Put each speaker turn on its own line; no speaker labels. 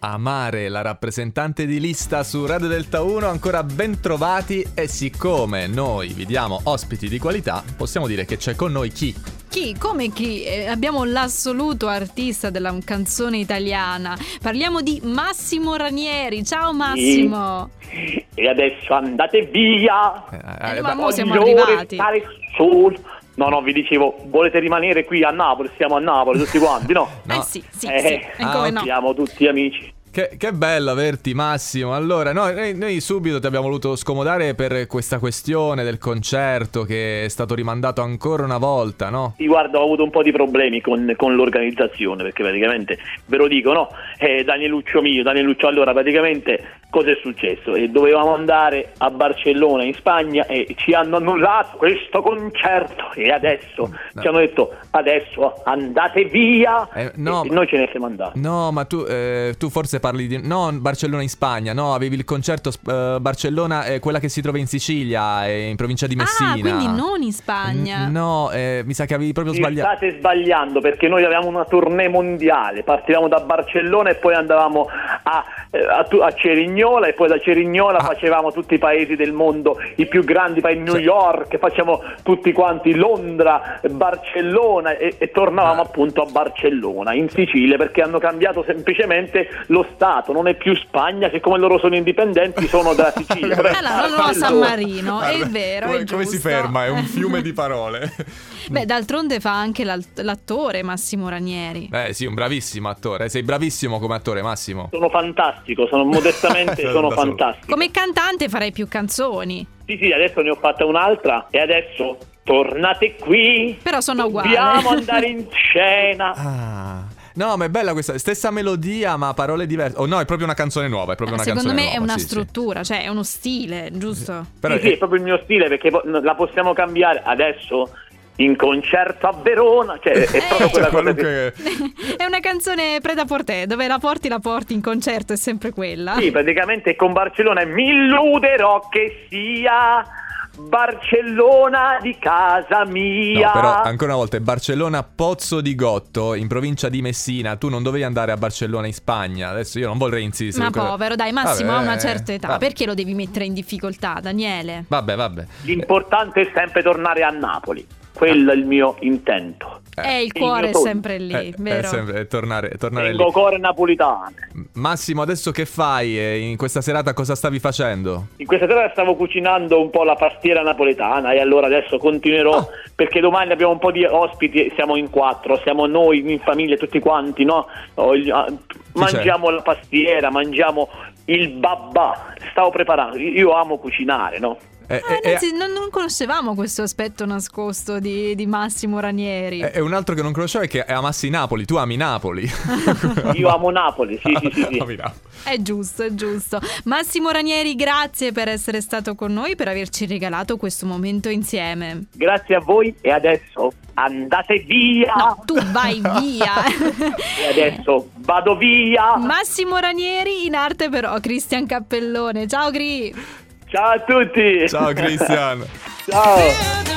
Amare, la rappresentante di lista su Radio Delta 1, ancora ben trovati e siccome noi vi diamo ospiti di qualità, possiamo dire che c'è con noi chi? Eh,
Chi? Come chi? Eh, abbiamo l'assoluto artista della canzone italiana. Parliamo di Massimo Ranieri. Ciao Massimo!
E adesso andate via!
Eh,
Eh,
eh,
ma
beh,
mo siamo
Voglio
arrivati.
restare solo. No, no, vi dicevo, volete rimanere qui a Napoli? Siamo a Napoli tutti quanti, no?
no.
Eh sì, sì,
Eh,
sì. E
ah,
come
ok.
no?
Siamo tutti amici.
Che, che bello averti Massimo. Allora, no, noi, noi subito ti abbiamo voluto scomodare per questa questione del concerto che è stato rimandato ancora una volta, no?
Sì, guarda, ho avuto un po' di problemi con, con l'organizzazione, perché praticamente, ve lo dico, no? Eh, Danieluccio mio, Danieluccio, allora praticamente cosa è successo? Eh, dovevamo andare a Barcellona, in Spagna, e ci hanno annullato questo concerto, e adesso
No.
ci hanno detto, adesso andate via,
Eh, no,
e
ma-
noi ce ne siamo andati.
No, ma tu, eh, tu forse parli di... No, Barcellona in Spagna, no, avevi il concerto eh, Barcellona, eh, quella che si trova in Sicilia, eh, in provincia di Messina.
Ah, quindi non in Spagna.
N- no, eh, mi sa che avevi proprio
Vi
sbagliato.
state sbagliando perché noi avevamo una tournée mondiale, partivamo da Barcellona e poi andavamo a, eh, a tu- a Cerignola e poi da Cerignola
Ah.
facevamo tutti i paesi del mondo, i più grandi paesi, New
Cioè-
York, facciamo tutti quanti Londra, eh, Barcellona e, e tornavamo
Ah.
appunto a Barcellona, in Sicilia, perché hanno cambiato semplicemente lo Stato, non è più Spagna, siccome loro sono indipendenti sono dalla Sicilia.
Vabbè.
Allora, non lo Eh, San
Barcellona.
Marino, è
Guarda,
vero,
Come,
è
come si
giusto.
ferma? È un fiume di parole.
Beh, d'altronde fa anche l'al- l'attore Massimo Ranieri.
Eh sì, un bravissimo attore. Sei bravissimo come attore, Massimo.
Sono fantastico, sono modestamente
Da solo.
sono fantastico.
Come cantante farei più canzoni,
Sì, sì, adesso ne ho fatta un'altra e adesso tornate qui.
però sono uguali.
Dobbiamo andare in scena.
Ah. No, ma è bella questa. Stessa melodia, ma parole diverse. Oh no, è proprio una canzone nuova. È proprio una
Eh, Secondo
canzone
me è
nuova,
una
sì, sì.
struttura, cioè è uno stile, giusto?
Però
sì, sì, è proprio il mio stile perché po- la possiamo cambiare adesso in concerto a Verona. Cioè, è proprio
Eh.
quella
Cioè,
cosa che-
qualunque...
è una canzone preda por te, dove la porti la porti in concerto, è sempre quella.
Sì, praticamente con Barcellona e mi illuderò che sia Barcellona di casa mia.
No, però ancora una volta è Barcellona Pozzo di Gotto in provincia di Messina. Tu non dovevi andare a Barcellona in Spagna. Adesso io non vorrei insistere.
Ma
su cosa-
povero, dai, Massimo
Vabbè,
ha una certa età,
vabbè.
perché lo devi mettere in difficoltà, Daniele?
Vabbè, vabbè.
L'importante è sempre tornare a Napoli. Quello è il mio intento.
Eh,
Eh, il
il
cuore è
mio sogno.
sempre lì,
Eh, eh,
vero?
sempre- eh, tornare, tornare lì.
Tengo cuore napolitano.
Massimo, adesso che fai? eh, In questa serata cosa stavi facendo?
In questa sera stavo cucinando un po' la pastiera napoletana e allora adesso continuerò
Ah.
perché domani abbiamo un po' di ospiti, siamo in quattro, siamo noi in famiglia tutti quanti, no? Ho il- ah, mangiamo la pastiera, mangiamo il babà. Stavo preparando, io amo cucinare, no?
Eh,
Ah,
eh,
noi si- non, non conoscevamo questo aspetto nascosto di, di Massimo Ranieri.
eh, eh, un altro che non conoscevo è che amassi Napoli. Tu ami Napoli.
Io amo Napoli, sì, sì, sì, sì.
Ami Napoli.
È giusto, è giusto. Massimo Ranieri, grazie per essere stato con noi, per averci regalato questo momento insieme.
Grazie a voi e adesso andate via!
No, tu vai via.
E adesso vado via!
Massimo Ranieri in arte però Cristian Cappellone. Ciao Gri.
Ciao a tutti!
Ciao, Cristian.
Ciao!
Feel the